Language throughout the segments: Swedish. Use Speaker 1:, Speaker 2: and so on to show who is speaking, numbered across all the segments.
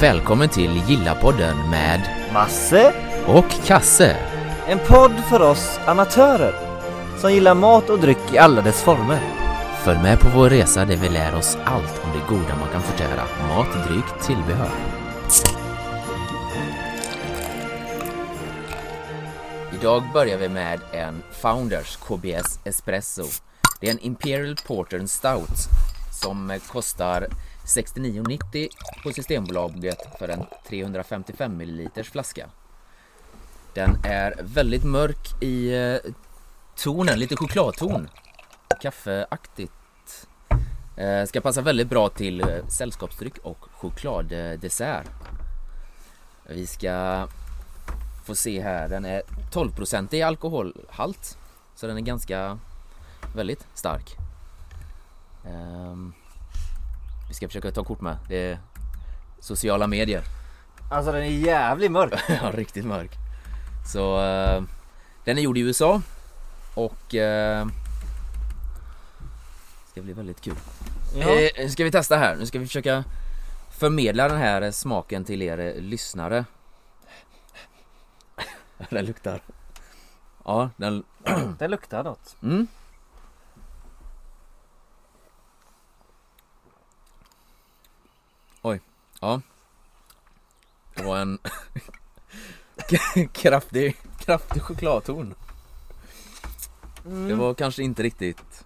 Speaker 1: välkommen till Gilla-podden med
Speaker 2: Masse,
Speaker 1: och Kasse.
Speaker 2: en podd för oss amatörer som gillar mat och dryck i alla dess former.
Speaker 1: Följ med på vår resa där vi lär oss allt om det goda man kan förtära. Mat, dryck, tillbehör. Idag börjar vi med en Founders KBS Espresso. Det är en Imperial Porter Stout som kostar 69,90 på Systembolaget för en 355 ml flaska. Den är väldigt mörk i eh, tonen, lite chokladton kaffeaktigt. Eh, ska passa väldigt bra till eh, sällskapsdryck och chokladdessert. Vi ska få se här, den är 12% i alkoholhalt. Så den är ganska, väldigt stark. Ehm, vi ska försöka ta kort med, det är sociala medier.
Speaker 2: Alltså den är jävligt mörk.
Speaker 1: Ja, riktigt mörk. Så eh, den är gjord i USA och eh, ska bli väldigt kul.
Speaker 2: Ja.
Speaker 1: Eh, nu ska vi testa här. Nu ska vi försöka förmedla den här eh, smaken till er eh, lyssnare. Den luktar. Ja, den...
Speaker 2: Eh, Den luktar något.
Speaker 1: Mm. Oj, ja. Det var en kraftig, kraftig chokladton.
Speaker 2: Mm.
Speaker 1: Det var kanske inte riktigt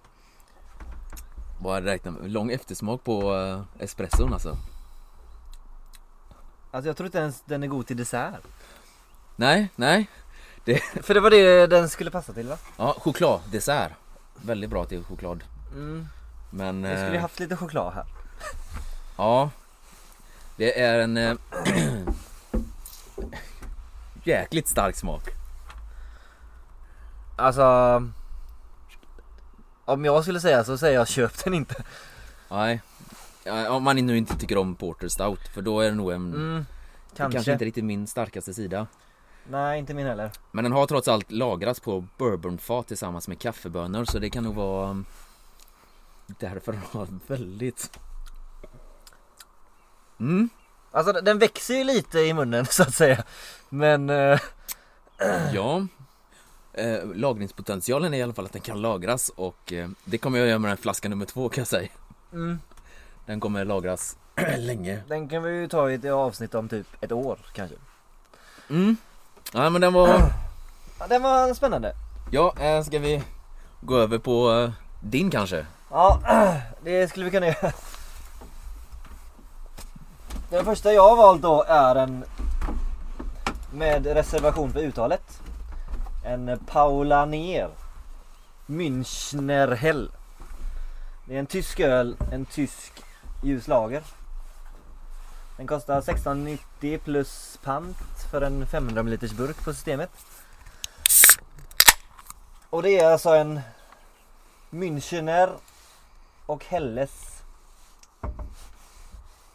Speaker 1: vad jag hade räknat med. Lång eftersmak på eh, espresson alltså.
Speaker 2: Alltså jag tror inte ens den är god till dessert.
Speaker 1: Nej, nej.
Speaker 2: För det var det den skulle passa till va?
Speaker 1: Ja, chokladdessert. Väldigt bra till choklad.
Speaker 2: Mm.
Speaker 1: Men...
Speaker 2: Vi skulle ju
Speaker 1: eh,
Speaker 2: haft lite choklad här.
Speaker 1: Ja. Det är en... eh, jäkligt stark smak.
Speaker 2: Alltså... Om jag skulle säga så säger jag köp den inte.
Speaker 1: Nej. Ja, Om man nu inte tycker om Porter Stout, för då är det nog en...
Speaker 2: Mm.
Speaker 1: kanske.
Speaker 2: Kanske.
Speaker 1: inte riktigt min starkaste sida.
Speaker 2: Nej, inte min heller.
Speaker 1: Men den har trots allt lagrats på bourbonfat tillsammans med kaffebönor, så det kan nog vara... mm, Därför den har väldigt... Mm.
Speaker 2: Alltså den växer ju lite i munnen så att säga. Men... eh,
Speaker 1: Ja. Eh, lagringspotentialen är i alla fall att den kan lagras och eh, det kommer jag göra med den här flaskan nummer två kan jag säga.
Speaker 2: Mm.
Speaker 1: Den kommer lagras länge.
Speaker 2: Den kan vi ju ta i ett avsnitt om typ ett år kanske.
Speaker 1: Mm. Ja men den var...
Speaker 2: Ja, den var spännande.
Speaker 1: Ja, eh, ska vi gå över på eh, din kanske?
Speaker 2: Ja, det skulle vi kunna göra. Den första jag har valt då är en med reservation för uttalet. En Paula Neer Münchner Hell. Det är en tysk öl, en tysk ljuslager. Den kostar 16,90 plus pant för en 500 ml burk på systemet. Och det är alltså en Münchener och Helles.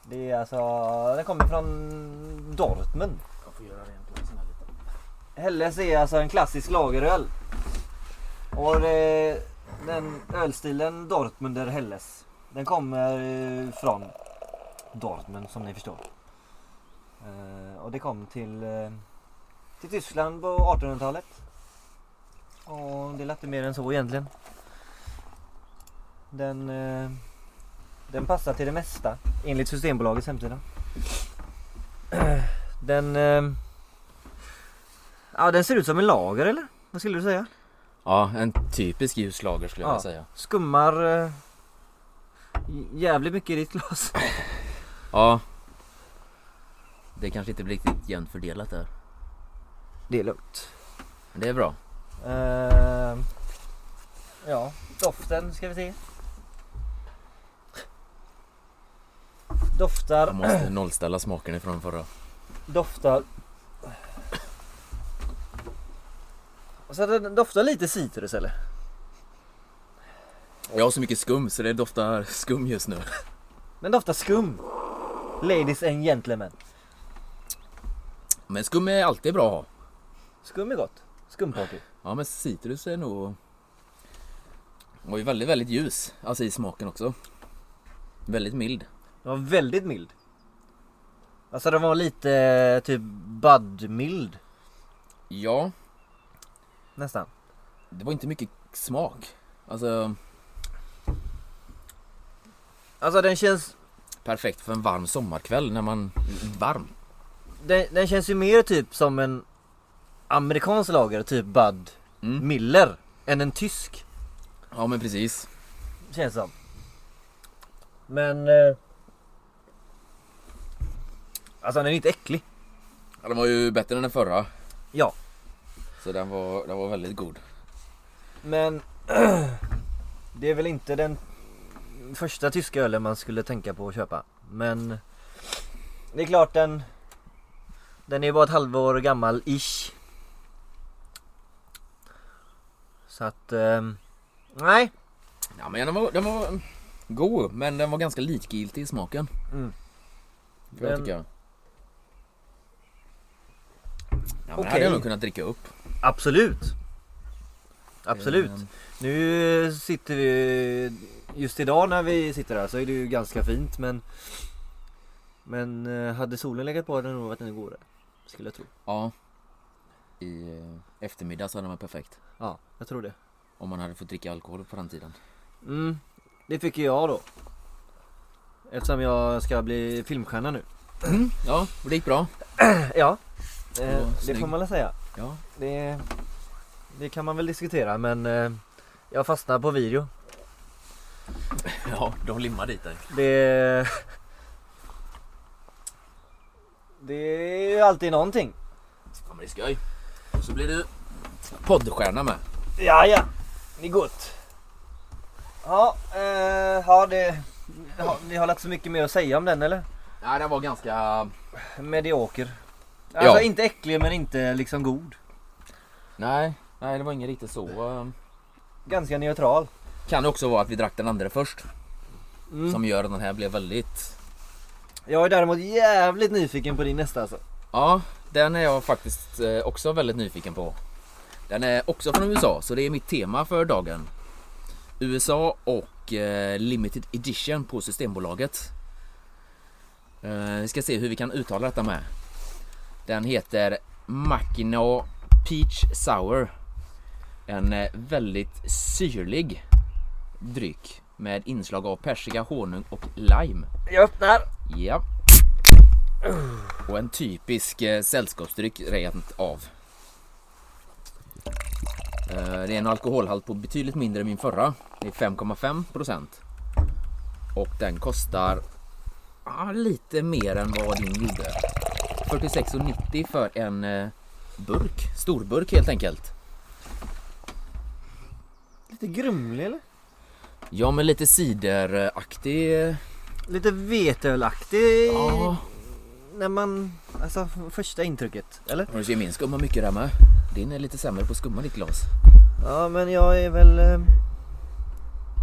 Speaker 2: Det är alltså, den kommer från Dortmund. Helles är alltså en klassisk lageröl. Och det, den ölstilen Dortmunder Helles. Den kommer eh, från Dortmund som ni förstår. Eh, Och det kom till, eh, till Tyskland på 1800-talet. Och det är inte mer än så egentligen. Den, eh, den passar till det mesta enligt Systembolagets hemsida. Den... eh, Ja, den ser ut som en lager eller? Vad skulle du säga?
Speaker 1: Ja, en typisk ljuslager skulle jag
Speaker 2: Ja.
Speaker 1: vilja säga.
Speaker 2: Skummar eh, jävligt mycket i ditt glas.
Speaker 1: Ja. Det kanske inte blir riktigt jämnt fördelat där.
Speaker 2: Det är lugnt.
Speaker 1: Men det är bra.
Speaker 2: Eh, ja, doften ska vi se. Doftar
Speaker 1: Jag måste nollställa smaken ifrån förra.
Speaker 2: Doftar... Så den doftar lite citrus eller?
Speaker 1: Jag har så mycket skum så det doftar skum just nu.
Speaker 2: Den doftar skum. Ladies and gentlemen.
Speaker 1: Men skum är alltid bra att ha.
Speaker 2: Skum är gott. Skumparty.
Speaker 1: Ja men citrus är nog... Var ju väldigt, väldigt ljus. Alltså i smaken också. Väldigt mild.
Speaker 2: Den var väldigt mild. Alltså den var lite eh, typ budmild
Speaker 1: Ja,
Speaker 2: nästan.
Speaker 1: det var inte mycket smak. Alltså,
Speaker 2: Alltså den känns,
Speaker 1: perfekt för en varm sommarkväll när man... Varm?
Speaker 2: den, den känns ju mer typ som en amerikansk lager, typ Bud
Speaker 1: Mm.
Speaker 2: Miller, än en tysk.
Speaker 1: Ja men precis.
Speaker 2: Känns som. Men... Eh, alltså den är inte äcklig.
Speaker 1: Ja, Den var ju bättre än den förra.
Speaker 2: Ja.
Speaker 1: Så den var, den var väldigt god.
Speaker 2: Men det är väl inte den första tyska ölen man skulle tänka på att köpa. Men det är klart den den är bara ett halvår gammal ish. Så att ehm, nej.
Speaker 1: Ja men den var, den var god men den var ganska likgiltig i smaken.
Speaker 2: Mm.
Speaker 1: Kan jag
Speaker 2: Men-
Speaker 1: tycka. Ja, men den
Speaker 2: Okej.
Speaker 1: hade jag nog kunnat dricka upp.
Speaker 2: Absolut. Absolut.
Speaker 1: Ehm.
Speaker 2: Nu sitter vi just idag när vi sitter här så är det ju ganska fint men men eh, hade solen legat på hade det nog varit ännu godare. Skulle jag tro.
Speaker 1: Ja. I eh, eftermiddag så hade den varit perfekt.
Speaker 2: Ja, jag tror det.
Speaker 1: Om man hade fått dricka alkohol på den tiden.
Speaker 2: Mm, det fick ju jag då. Eftersom jag ska bli filmstjärna nu.
Speaker 1: Ja, och det gick bra.
Speaker 2: Ja,
Speaker 1: Åh,
Speaker 2: eh, det
Speaker 1: snygg.
Speaker 2: får man väl säga.
Speaker 1: Ja.
Speaker 2: Det, det kan man väl diskutera men eh, jag fastnar på video.
Speaker 1: Ja, de limmar dit dig.
Speaker 2: Det, det är ju alltid någonting.
Speaker 1: Ja men det är skoj. Och så blir du poddstjärna med.
Speaker 2: Ja, ja, det är gott. Ja, eh, ja det, ja, vi har inte så mycket mer att säga om den eller?
Speaker 1: Ja, den var ganska...
Speaker 2: Medioker. Alltså
Speaker 1: Ja.
Speaker 2: inte äcklig men inte liksom god.
Speaker 1: Nej, nej det var ingen riktigt så. eh,
Speaker 2: Ganska neutral.
Speaker 1: Kan det också vara att vi drack den andra först.
Speaker 2: Mm.
Speaker 1: Som gör att den här blev väldigt...
Speaker 2: Jag är däremot jävligt nyfiken på din nästa alltså.
Speaker 1: Ja, den är jag faktiskt eh, också väldigt nyfiken på. Den är också från USA, så det är mitt tema för dagen. USA och eh, Limited Edition på Systembolaget. Eh, vi ska se hur vi kan uttala detta med. Den heter Mackinac Peach Sour. En eh, väldigt syrlig dryck med inslag av persika, honung och lime.
Speaker 2: Jag öppnar.
Speaker 1: Ja. Och en typisk eh, sällskapsdryck rent av. Eh, det är en alkoholhalt på betydligt mindre än min förra. Det är 5,5 procent. Och den kostar ah, lite mer än vad din gjorde. 46,90 för en eh, burk. Storburk helt enkelt.
Speaker 2: Lite grumlig eller?
Speaker 1: Ja, men lite cideraktig. eh,
Speaker 2: Lite veteölaktig.
Speaker 1: Ja.
Speaker 2: När man, alltså första intrycket. Eller?
Speaker 1: Och du ser min skumma mycket där med. Din är lite sämre på skumma ditt glas.
Speaker 2: Ja men jag är väl, eh,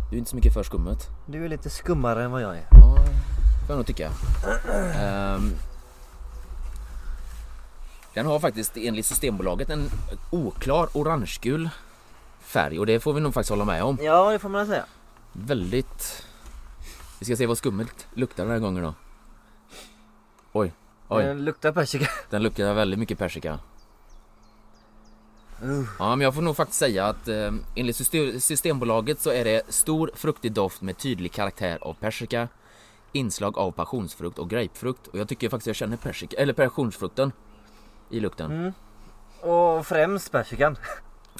Speaker 1: Du är inte så mycket för skummet.
Speaker 2: du är lite skummare än vad jag är.
Speaker 1: Ja, får jag nog tycka. Ehm, den har faktiskt enligt Systembolaget en oklar orangegul färg och det får vi nog faktiskt hålla med om.
Speaker 2: Ja det får man säga.
Speaker 1: Väldigt... Vi ska se vad skummet luktar den här gången då. Oj,
Speaker 2: Det
Speaker 1: oj,
Speaker 2: luktar persika.
Speaker 1: den luktar väldigt mycket persika.
Speaker 2: Uh.
Speaker 1: Ja, men jag får nog faktiskt säga att eh, enligt syste- Systembolaget så är det stor fruktig doft med tydlig karaktär av persika, inslag av passionsfrukt och grapefrukt. Och jag tycker faktiskt jag känner persika, eller passionsfrukten i lukten.
Speaker 2: Mm. Och främst persikan.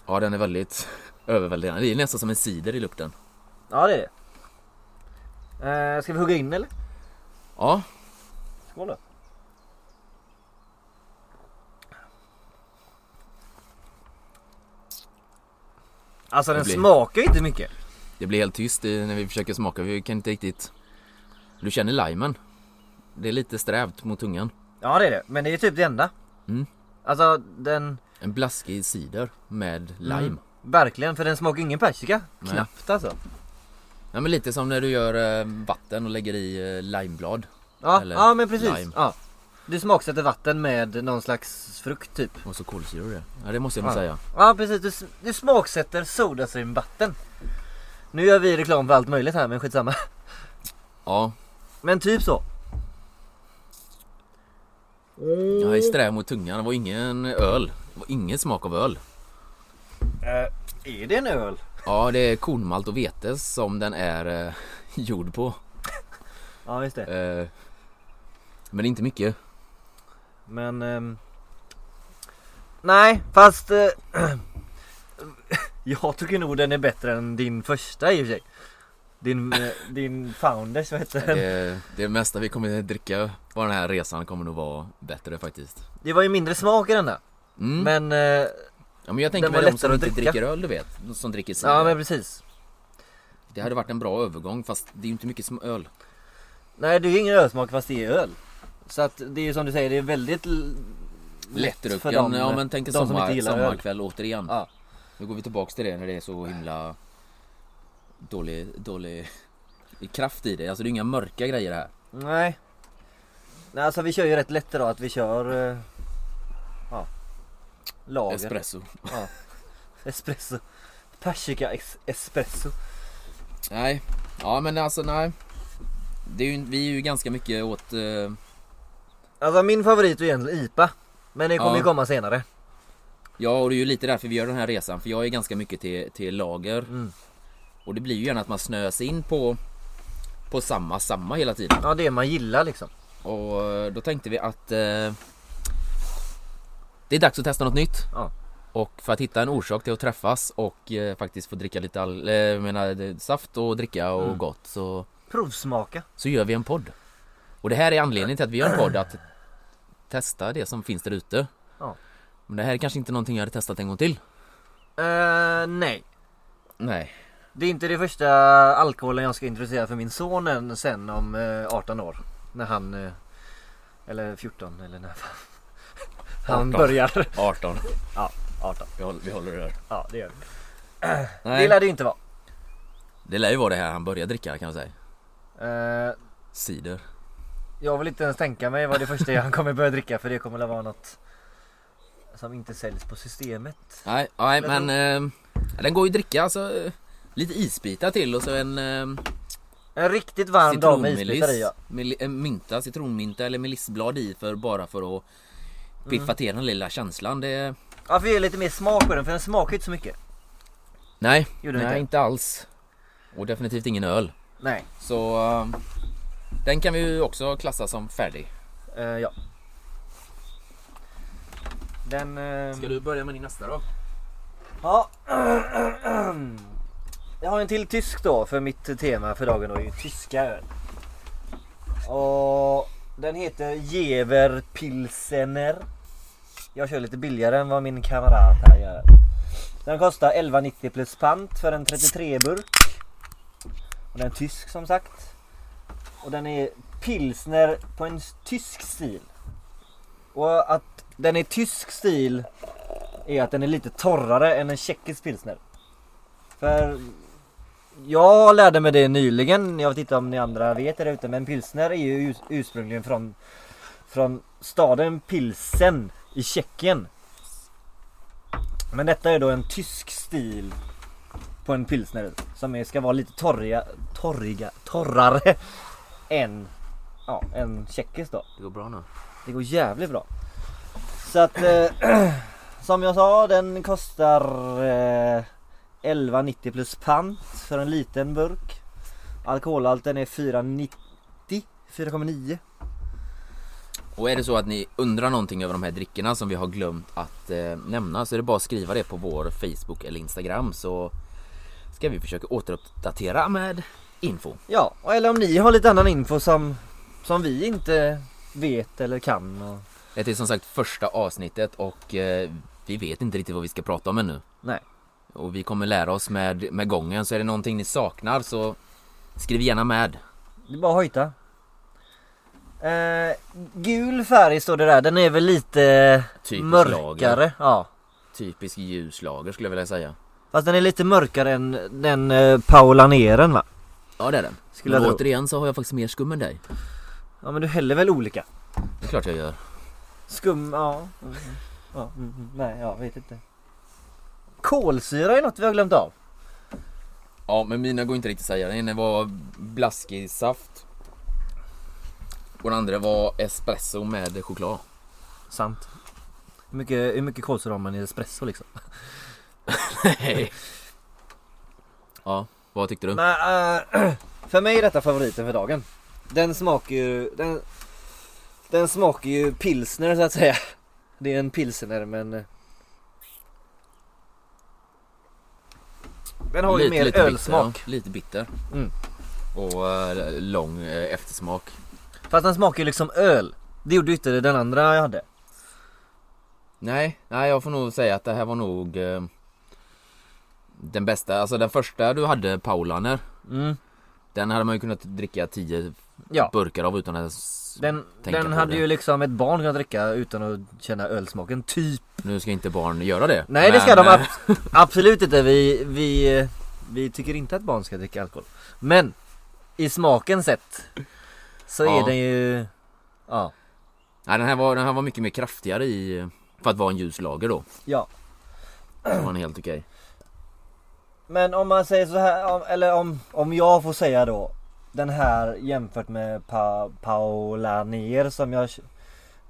Speaker 1: Ja, den är väldigt överväldigande. Det är nästan som en cider i lukten.
Speaker 2: Ja det är det. Eh, ska vi hugga in eller?
Speaker 1: Ja,
Speaker 2: Skål då. Alltså
Speaker 1: Det
Speaker 2: den
Speaker 1: blir-
Speaker 2: smakar ju inte mycket.
Speaker 1: det blir helt tyst i- när vi försöker smaka. Vi kan inte riktigt... Du känner limen. Det är lite strävt mot tungan.
Speaker 2: Ja det är det, men det är typ det enda.
Speaker 1: Mm.
Speaker 2: Alltså den,
Speaker 1: En blaskig cider med lime.
Speaker 2: Mm. verkligen, för den smakar ingen persika.
Speaker 1: Nej.
Speaker 2: Knappt alltså.
Speaker 1: Ja, men lite som när du gör eh, vatten och lägger i eh, limeblad.
Speaker 2: Ja,
Speaker 1: Eller
Speaker 2: ja men precis.
Speaker 1: lime.
Speaker 2: Ja. Du smaksätter vatten med någon slags frukt typ.
Speaker 1: Och så kolsyrar du det. Ja, det måste jag nog
Speaker 2: Ja.
Speaker 1: säga.
Speaker 2: Ja precis, du, s- du smaksätter sodastreamvatten. Nu gör vi reklam för allt möjligt här men skitsamma.
Speaker 1: Ja,
Speaker 2: Men typ så.
Speaker 1: Jag är sträv mot tungan. Det var ingen öl. Det var ingen smak av öl.
Speaker 2: Eh, är det en öl?
Speaker 1: Ja, det är kornmalt och vete som den är eh, gjord på.
Speaker 2: Ja, just det.
Speaker 1: Eh, men inte mycket.
Speaker 2: Men... ehm, nej, fast... Eh, jag tycker nog den är bättre än din första i och för sig. Din, eh, din founders, vad heter den?
Speaker 1: Det, det mesta vi kommer dricka på den här resan kommer nog vara bättre faktiskt.
Speaker 2: Det var ju mindre smak i den där.
Speaker 1: Mm.
Speaker 2: Men... Eh,
Speaker 1: ja, men jag tänker
Speaker 2: den var
Speaker 1: med de som
Speaker 2: lättare att
Speaker 1: inte
Speaker 2: dricka.
Speaker 1: dricker öl, du vet. De som dricker cider.
Speaker 2: ja, men precis.
Speaker 1: Det hade varit en bra övergång fast det är ju inte mycket som öl.
Speaker 2: Nej, det är ju ingen ölsmak fast det är öl. Så att det är ju som du säger, det är väldigt... l-
Speaker 1: Lättdrucken,
Speaker 2: för dem,
Speaker 1: ja men tänk en
Speaker 2: de som inte
Speaker 1: sommar,
Speaker 2: gillar öl.
Speaker 1: sommarkväll återigen.
Speaker 2: Ja.
Speaker 1: Nu går vi tillbaks till det när det är så himla dålig, dålig kraft i det. Alltså det är inga mörka grejer här.
Speaker 2: Nej. Nej, alltså vi kör ju rätt lätt idag att vi kör... Eh, ja. Lager.
Speaker 1: Espresso.
Speaker 2: Ja. Espresso. Persika es- espresso.
Speaker 1: Nej, ja men alltså nej. Det är ju, vi är ju ganska mycket åt... eh,
Speaker 2: Alltså min favorit är egentligen IPA. Men det kommer
Speaker 1: Ja.
Speaker 2: ju komma senare.
Speaker 1: ja och det är ju lite därför vi gör den här resan. För jag är ganska mycket till, till lager.
Speaker 2: Mm.
Speaker 1: Och det blir ju gärna att man snöas in på, på samma, samma hela tiden.
Speaker 2: Ja, det man gillar liksom.
Speaker 1: Och eh, då tänkte vi att eh, det är dags att testa något nytt.
Speaker 2: Ja.
Speaker 1: Och för att hitta en orsak till att träffas och eh, faktiskt få dricka lite all, eh, jag menar, eh, saft och dricka och
Speaker 2: Mm.
Speaker 1: gott så,
Speaker 2: Provsmaka.
Speaker 1: så gör vi en podd. Och det här är anledningen till att vi gör en podd, att testa det som finns där ute.
Speaker 2: Ja.
Speaker 1: Men det här är kanske inte någonting jag hade testat en gång till.
Speaker 2: Eh, nej.
Speaker 1: Nej.
Speaker 2: Det är inte det första alkoholen jag ska introducera för min son än sen om eh, 18 år. När han... Eh, eller 14 eller när fan. Han
Speaker 1: 18.
Speaker 2: börjar.
Speaker 1: 18.
Speaker 2: 18.
Speaker 1: Vi håller, vi håller det där.
Speaker 2: Ja, det gör vi.
Speaker 1: Nej.
Speaker 2: Det lär det ju inte vara.
Speaker 1: Det lär ju vara det här han började dricka kan jag säga.
Speaker 2: Eh,
Speaker 1: Cider.
Speaker 2: jag vill inte ens tänka mig vad det första är han kommer börja dricka för det kommer väl vara något som inte säljs på systemet.
Speaker 1: Nej, nej
Speaker 2: Men-
Speaker 1: men eh, den går ju att dricka alltså. eh, Lite isbitar till och så en eh,
Speaker 2: En riktigt varm dag med
Speaker 1: citronmeliss,
Speaker 2: isbitar i ja.
Speaker 1: mel- eh, mynta, citronmynta eller melissblad i för bara för att
Speaker 2: Mm.
Speaker 1: piffa till den lilla känslan. Det...
Speaker 2: Ja för det är lite mer smak på den för den smakar ju inte så mycket.
Speaker 1: Nej,
Speaker 2: Gjorde den
Speaker 1: nej
Speaker 2: inte?
Speaker 1: inte alls. Och definitivt ingen öl.
Speaker 2: Nej.
Speaker 1: Så eh, den kan vi ju också klassa som färdig.
Speaker 2: Eh, ja. Den... eh,
Speaker 1: du börja med din nästa då?
Speaker 2: Ja. Jag har en till tysk då för mitt tema för dagen då är ju tyska öl. Och den heter Jever Pilsener. Jag kör lite billigare än vad min kamrat här gör. Den kostar 11,90 plus pant för en 33 burk. Och den är tysk som sagt. Och den är pilsner på en tysk stil. Och att den är tysk stil är att den är lite torrare än en tjeckisk pilsner. För jag lärde mig det nyligen, jag vet inte om ni andra vet det där ute, men pilsner är ju us- ursprungligen från, från staden Pilsen i Tjeckien. Men detta är då en tysk stil på en pilsner som är, ska vara lite torriga, torriga, torrare än, ja, en tjeckisk då.
Speaker 1: Det går bra nu.
Speaker 2: Det går jävligt bra. Så att eh, som jag sa, den kostar eh, 11,90 plus pant för en liten burk. Alkoholhalten är 4,90 4,9.
Speaker 1: Och är det så att ni undrar någonting över de här drickorna som vi har glömt att eh, nämna så är det bara att skriva det på vår Facebook eller Instagram så ska vi försöka återuppdatera med info.
Speaker 2: Ja, och eller om ni har lite annan info som, som vi inte vet eller kan. Och,
Speaker 1: Det är som sagt första avsnittet och eh, vi vet inte riktigt vad vi ska prata om ännu.
Speaker 2: nej.
Speaker 1: Och vi kommer lära oss med, med gången så är det någonting ni saknar så skriv gärna med.
Speaker 2: Det är bara att hojta. Eh, gul färg står det där, den är väl lite
Speaker 1: Typisk
Speaker 2: mörkare.
Speaker 1: lager.
Speaker 2: Ja.
Speaker 1: Typisk ljuslager skulle jag vilja säga.
Speaker 2: Fast den är lite mörkare än den eh, Paulaneren va?
Speaker 1: Ja det är den.
Speaker 2: Skulle
Speaker 1: Men
Speaker 2: jag tro.
Speaker 1: återigen så har jag faktiskt mer skum än dig.
Speaker 2: Ja men du häller väl olika?
Speaker 1: Det är klart jag gör.
Speaker 2: Skum, ja. Mm. ja. mm, mm. Nej, jag vet inte. Kolsyra är något vi har glömt av.
Speaker 1: Ja, men mina går inte riktigt att säga. Den ena var blaskig saft. Och den andra var espresso med choklad.
Speaker 2: Sant. Hur mycket, hur mycket kolsyra har man i espresso liksom?
Speaker 1: Nej. ja, vad tyckte du?
Speaker 2: Men, eh, för mig är detta favoriten för dagen. Den smakar ju... Den, den smakar ju pilsner så att säga. Det är en pilsner men... eh, Den har ju mer ölsmak.
Speaker 1: Bitter, ja. Lite bitter.
Speaker 2: Mm.
Speaker 1: Och eh, lång eh, eftersmak.
Speaker 2: Fast den smakar ju liksom öl. Det gjorde ju inte den andra jag hade.
Speaker 1: Nej, nej jag får nog säga att det här var nog eh, den bästa, alltså den första du hade Paulaner.
Speaker 2: Mm.
Speaker 1: Den hade man ju kunnat dricka 10
Speaker 2: Ja.
Speaker 1: burkar av utan att ens
Speaker 2: Den,
Speaker 1: tänka
Speaker 2: den
Speaker 1: på
Speaker 2: hade
Speaker 1: det.
Speaker 2: ju liksom ett barn kunnat dricka utan att känna ölsmaken, typ.
Speaker 1: Nu ska inte barn göra det.
Speaker 2: Nej det ska
Speaker 1: Men,
Speaker 2: de
Speaker 1: eh,
Speaker 2: ab- absolut inte. Vi, vi, eh, vi tycker inte att barn ska dricka alkohol. Men i smaken sett så
Speaker 1: Ja.
Speaker 2: är den ju... Ja.
Speaker 1: Nej, den, här var, den här var mycket mer kraftigare i, för att vara en ljus lager då.
Speaker 2: ja.
Speaker 1: Så var den helt okej.
Speaker 2: Men om man säger så här, om, eller om, om jag får säga då. Den här jämfört med pa, Paola Nier som jag,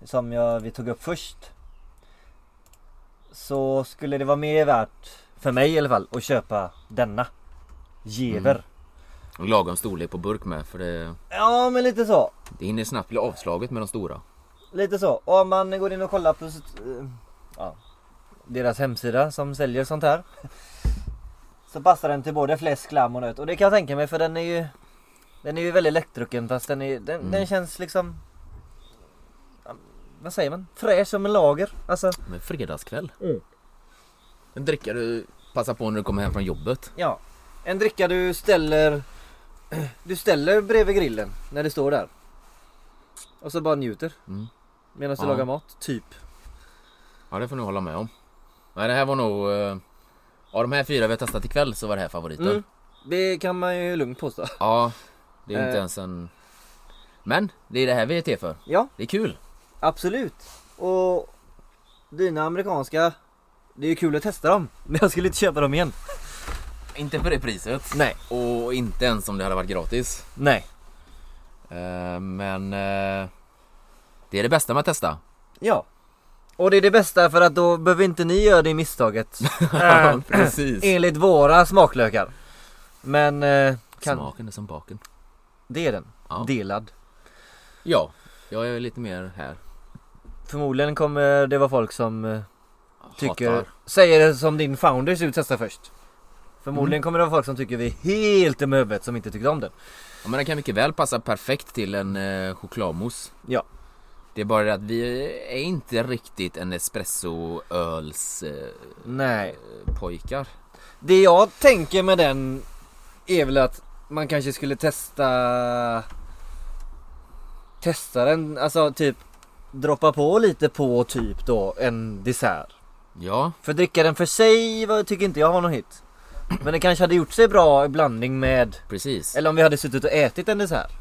Speaker 2: som jag vi tog upp först. Så skulle det vara mer värt, för mig i alla fall, att köpa denna. Gever.
Speaker 1: Och Lagom storlek på burk med för det,
Speaker 2: Ja men lite så.
Speaker 1: det hinner snabbt bli avslaget med de stora.
Speaker 2: Lite så. Och om man går in och kollar på eh, ja, deras hemsida som säljer sånt här. Så passar den till både fläsk, lamm och nöt. Och det kan jag tänka mig för den är ju Den är ju väldigt lättdrucken fast den, är, den, den känns liksom ja, Vad säger man? Fräsch som en lager. Alltså
Speaker 1: Men fredagskväll.
Speaker 2: Mm.
Speaker 1: Den dricker du, passa på när du kommer hem från jobbet.
Speaker 2: ja. En dricka du ställer Du ställer bredvid grillen när du står där. Och så bara njuter.
Speaker 1: Mm.
Speaker 2: Medan du
Speaker 1: Ja.
Speaker 2: lagar mat. Typ.
Speaker 1: Ja det får ni hålla med om. Nej det här var nog... eh, Av de här fyra vi har testat ikväll så var det här favoriten.
Speaker 2: Mm. Det kan man ju lugnt påstå.
Speaker 1: Ja, det är inte
Speaker 2: Eh.
Speaker 1: ens en... Men det är det här vi är till för.
Speaker 2: Ja.
Speaker 1: Det är kul.
Speaker 2: Absolut. Och dina amerikanska, det är ju kul att testa dem. Men jag skulle inte köpa dem igen.
Speaker 1: Inte för det priset.
Speaker 2: Nej,
Speaker 1: Och inte ens om det hade varit gratis.
Speaker 2: nej.
Speaker 1: Eh, Men... eh, Det är det bästa med att testa.
Speaker 2: Ja. Och det är det bästa för att då behöver inte ni göra det misstaget. Eh,
Speaker 1: Precis.
Speaker 2: Enligt våra smaklökar. Men eh, kan,
Speaker 1: Smaken är som baken.
Speaker 2: det är den.
Speaker 1: Ja.
Speaker 2: Delad.
Speaker 1: Ja, jag är lite mer här.
Speaker 2: Förmodligen kommer det vara folk som eh, tycker,
Speaker 1: Hatar.
Speaker 2: säger det som din founder ser ut testa först. Förmodligen
Speaker 1: Mm.
Speaker 2: kommer det vara folk som tycker vi är helt dumma i huvudet som inte tyckte om den.
Speaker 1: Ja, men den kan mycket väl passa perfekt till en eh, chokladmousse.
Speaker 2: Ja.
Speaker 1: Det är bara det att vi är inte riktigt en espressoöls eh,
Speaker 2: Nej,
Speaker 1: pojkar.
Speaker 2: Det jag tänker med den är väl att man kanske skulle testa Testa den, alltså typ Droppa på lite på typ då en dessert
Speaker 1: Ja,
Speaker 2: För dricka den för sig vad- tycker inte jag var någon hit Men det kanske hade gjort sig bra i blandning med
Speaker 1: precis.
Speaker 2: Eller om vi hade suttit och ätit en dessert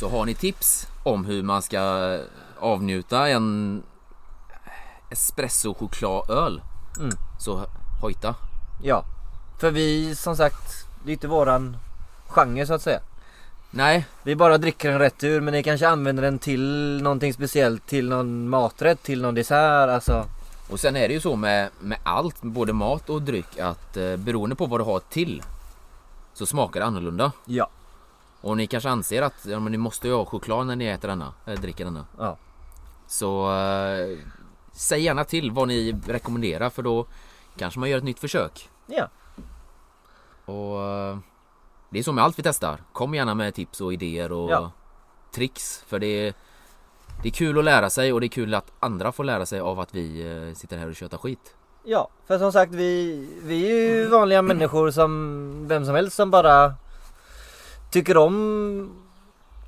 Speaker 1: Så har ni tips om hur man ska avnjuta en espresso chokladöl
Speaker 2: Mm.
Speaker 1: så hojta.
Speaker 2: Ja För vi som sagt Det är inte våran genre så att säga
Speaker 1: Nej,
Speaker 2: Vi bara dricker den rätt ur men ni kanske använder den till någonting speciellt Till någon maträtt, till någon dessert alltså
Speaker 1: och sen är det ju så med, med allt, både mat och dryck, att eh, beroende på vad du har till så smakar det annorlunda.
Speaker 2: Ja
Speaker 1: Och ni kanske anser att ja, men ni måste ju ha choklad när ni äter denna, eller dricker denna.
Speaker 2: Ja.
Speaker 1: Så eh, säg gärna till vad ni rekommenderar för då kanske man gör ett nytt försök.
Speaker 2: Ja.
Speaker 1: Och eh, det är så med allt vi testar. Kom gärna med tips och idéer och
Speaker 2: Ja.
Speaker 1: tricks. För det är, det är kul att lära sig och det är kul att andra får lära sig av att vi eh, sitter här och tjötar skit.
Speaker 2: Ja, för som sagt vi, vi är ju vanliga människor som vem som helst som bara tycker om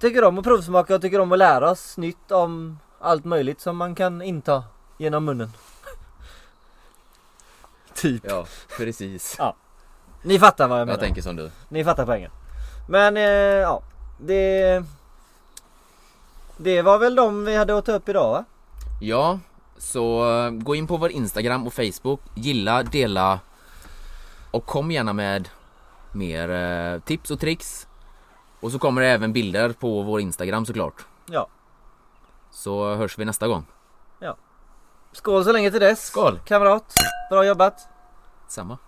Speaker 2: Tycker om att provsmaka och tycker om att lära oss nytt om allt möjligt som man kan inta genom munnen. Typ.
Speaker 1: Ja, precis.
Speaker 2: Ni fattar vad jag menar.
Speaker 1: Jag tänker som du.
Speaker 2: Ni fattar poängen. Men eh, ja, det... Det var väl de vi hade att ta upp idag va?
Speaker 1: Ja, så eh, gå in på vår Instagram och Facebook, gilla, dela och kom gärna med mer eh, tips och tricks. Och så kommer det även bilder på vår Instagram såklart.
Speaker 2: Ja.
Speaker 1: Så hörs vi nästa gång.
Speaker 2: Ja. Skål så länge till dess.
Speaker 1: Skål.
Speaker 2: Kamrat. Bra jobbat.
Speaker 1: Samma.